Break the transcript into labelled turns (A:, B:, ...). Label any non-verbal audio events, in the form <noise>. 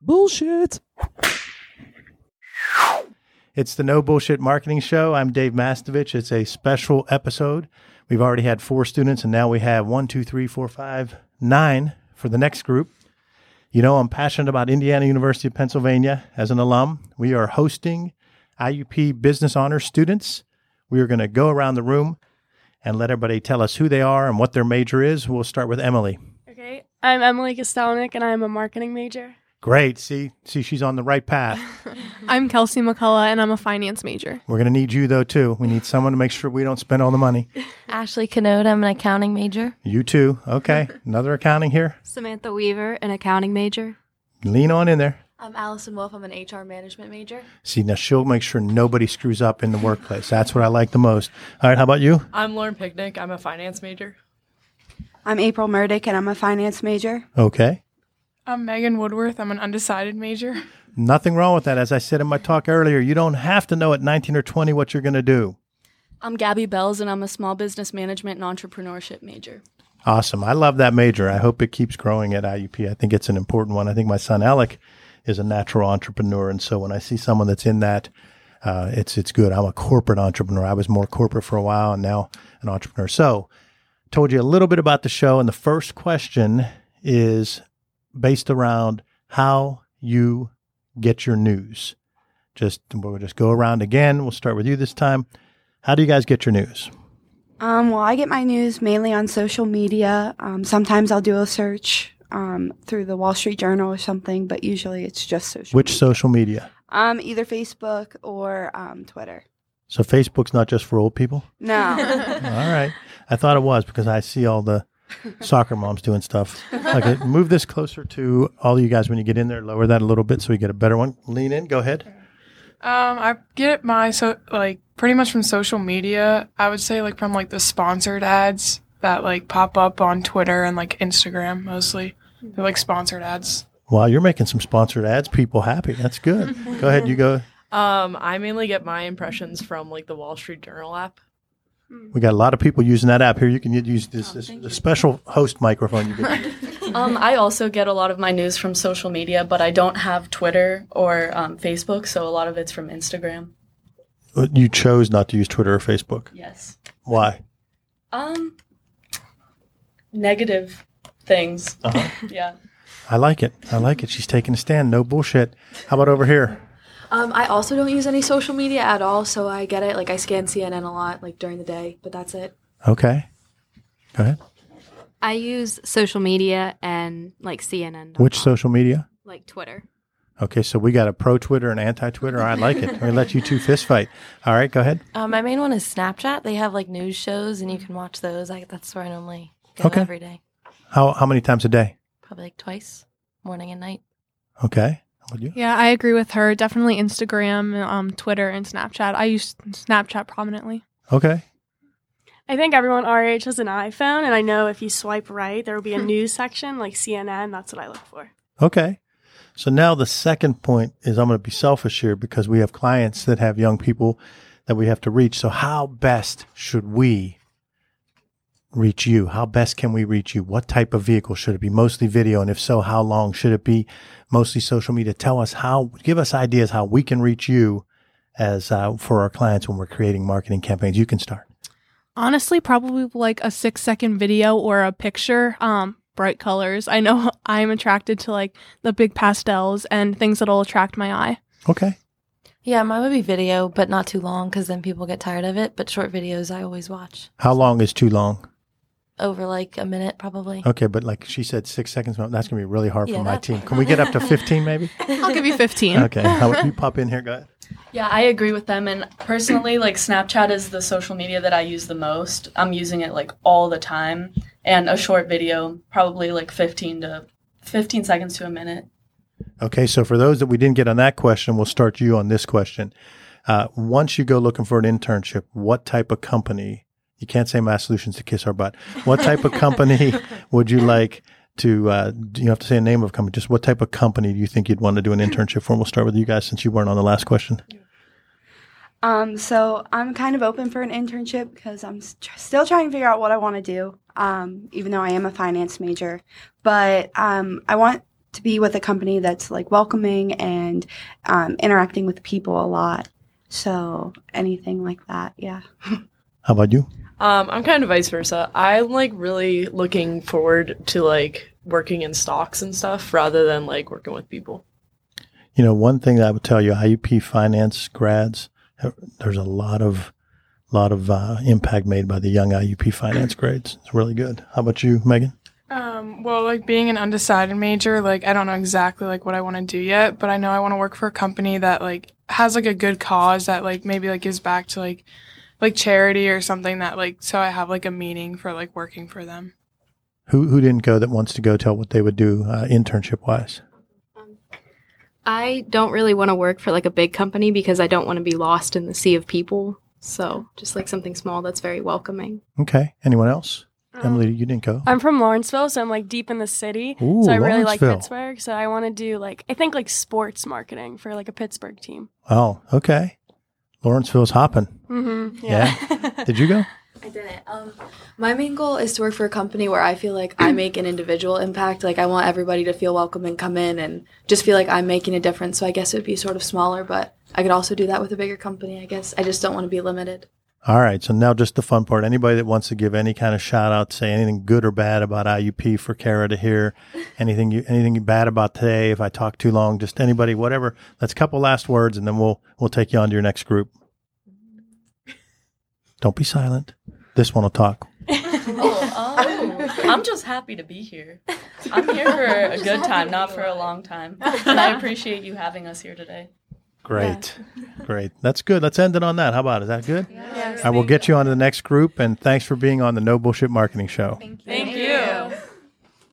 A: Bullshit.
B: It's the No Bullshit Marketing Show. I'm Dave Mastovich. It's a special episode. We've already had four students, and now we have one, two, three, four, five, nine for the next group. You know, I'm passionate about Indiana University of Pennsylvania. As an alum, we are hosting IUP Business Honors students. We are going to go around the room and let everybody tell us who they are and what their major is. We'll start with Emily.
C: Okay, I'm Emily Kostelnik, and I'm a marketing major.
B: Great. See, see, she's on the right path.
C: I'm Kelsey McCullough, and I'm a finance major.
B: We're going to need you though too. We need someone to make sure we don't spend all the money.
D: <laughs> Ashley Canoda, I'm an accounting major.
B: You too.
D: <laughs>
B: Okay. Another accounting here.
E: Samantha Weaver, an accounting major.
B: Lean on in there.
F: I'm Allison Wolf. I'm an HR management major.
B: See, now she'll make sure nobody screws up in the workplace. That's what I like the most. All right. How about you?
G: I'm Lauren Picnic. I'm a finance major.
H: I'm April Murdick, and I'm a finance major.
B: Okay.
G: I'm Megan Woodworth. I'm an undecided major. Um,
B: Nothing wrong with that. As I said in my talk earlier, you don't have to know at 19 or 20 what you're going to do.
I: I'm Gabby Bells, and I'm a small business management and entrepreneurship major.
B: Awesome. I love that major. I hope it keeps growing at IUP. I think it's an important one. I think my son Alec is a natural entrepreneur, and so when I see someone that's in that, uh, it's it's good. I'm a corporate entrepreneur. I was more corporate for a while, and now an entrepreneur. So, told you a little bit about the show, and the first question is based around how you get your news. Just we'll just go around again. We'll start with you this time. How do you guys get your news?
H: Um, well, I get my news mainly on social media. Um, sometimes I'll do a search um, through the Wall Street Journal or something, but usually it's just social.
B: Which
H: media.
B: social media?
H: Um, either Facebook or um, Twitter.
B: So Facebook's not just for old people.
H: No.
B: All right, I thought it was because I see all the soccer moms doing stuff. Okay, move this closer to all you guys when you get in there. Lower that a little bit so we get a better one. Lean in. Go ahead.
G: Um, I get my so like pretty much from social media. I would say like from like the sponsored ads that like pop up on Twitter and like Instagram mostly. They're like sponsored ads.
B: Wow, you're making some sponsored ads. People happy. That's good. go ahead. You go.
J: Um, I mainly get my impressions from like the Wall Street Journal app.
B: We got a lot of people using that app here. You can use this, this, the special host microphone. You get.
I: Um, I also get a lot of my news from social media, but I don't have Twitter or um, Facebook, so a lot of it's from Instagram.
B: you chose not to use Twitter or Facebook.
I: Yes.
B: Why?
I: Um, negative things. <laughs> yeah.
B: I like it. I like it. She's taking a stand. No bullshit. How about over here?
F: Um, I also don't use any social media at all, so I get it. Like I scan CNN a lot, like during the day, but that's it.
B: Okay. Go ahead.
E: I use social media and like CNN.
B: Which social media?
E: Like Twitter.
B: Okay, so we got a pro Twitter and anti Twitter. I like it. We let you two fist fight. All right, go ahead.
D: Um, my main one is Snapchat. They have like news shows, and you can watch those. I, that's where I normally go
B: Okay.
D: every day,
B: How how many times a day?
D: probably like twice, morning and night.
B: Okay. How about you?
K: Yeah, I agree with her. Definitely Instagram, um, Twitter, and Snapchat. I use Snapchat prominently.
B: Okay.
C: I think everyone RH has an iPhone, and I know if you swipe right, there will be a news section like CNN. That's what I look for.
B: Okay. So now the second point is I'm going to be selfish here because we have clients that have young people that we have to reach. So how best should we reach you? How best can we reach you? What type of vehicle should it be? Mostly video, and if so, how long should it be? Mostly social media. Tell us how. Give us ideas how we can reach you as uh, for our clients when we're creating marketing campaigns. You can start.
K: Honestly, probably like a six second video or a picture. Um, bright colors. I know <laughs> I'm attracted to like the big pastels and things that'll attract my eye.
B: Okay.
D: Yeah, mine would be video, but not too long because then people get tired of it. But short videos, I always watch
B: How long is too long?
D: over like a minute, probably.
B: Okay, but like she said, six seconds. That's going to be really hard
D: Yeah,
B: for my
D: that's
B: team.
D: fine.
B: Can we get up to fifteen, maybe?
K: I'll give you 15.
B: Okay, how about you pop in here? Go ahead.
I: Yeah, I agree with them. And personally, <clears throat> like Snapchat is the social media that I use the most. I'm using it like all the time. And a short video, probably like 15 to 15 seconds to a minute.
B: Okay, so for those that we didn't get on that question, we'll start you on this question. Uh, once you go looking for an internship, what type of company? You can't say Mass Solutions to kiss our butt. What type of company would you like to? Uh, do you have to say a name of company? Just what type of company do you think you'd want to do an internship for? And we'll start with you guys since you weren't on the last question.
H: um, so I'm kind of open for an internship because I'm s- tr- still trying to figure out what I want to do, um, even though I am a finance major. But um, I want to be with a company that's like welcoming and um, interacting with people a lot. So anything like that, yeah.
B: How about you?
J: Um, I'm kind of vice versa. I'm like really looking forward to like working in stocks and stuff rather than like working with people.
B: You know, one thing that I would tell you, IUP finance grads, there's a lot of lot of uh, impact made by the young IUP finance grades. It's really good. How about you, Megan?
G: Um, well, like being an undecided major, like I don't know exactly like what I want to do yet, but I know I want to work for a company that like has like a good cause that like maybe like gives back to like like charity or something that like so I have like a meaning for like working for them.
B: Who who didn't go that wants to go tell what they would do uh, internship wise?
E: I don't really want to work for like a big company because I don't want to be lost in the sea of people. So just like something small that's very welcoming.
B: Okay. Anyone else?
C: Um,
B: Emily, you didn't go.
C: I'm from Lawrenceville, so I'm like deep in the city.
B: Ooh,
C: so I really like
B: Lawrenceville.
C: Pittsburgh. So I want to do like I think like sports marketing for like a Pittsburgh team.
B: Oh, okay. Lawrenceville's hopping.
C: Mm-hmm.
B: Yeah. Did you go?
F: <laughs> I didn't. Um, my main goal is to work for a company where I feel like
E: <clears throat>
F: I make an individual impact. Like I want everybody to feel welcome and come in and just feel like I'm making a difference. So I guess it would be sort of smaller, but I could also do that with a bigger company. I guess I just don't want to be limited.
B: All right. So now just the fun part. Anybody that wants to give any kind of shout out, say anything good or bad about IUP for Kara to hear, anything you anything bad about today, if I talk too long, just anybody, whatever. Let's couple last words and then we'll we'll take you on to your next group. Don't be silent. This one will talk.
I: Oh, um, I'm just happy to be here. I'm here for a good time, not for a long time. And I appreciate you having us here today.
B: Great. Great. That's good. Let's end it on that. How about it? Is that good? I will get you on to the next group and thanks for being on the No Bullshit Marketing Show.
I: Thank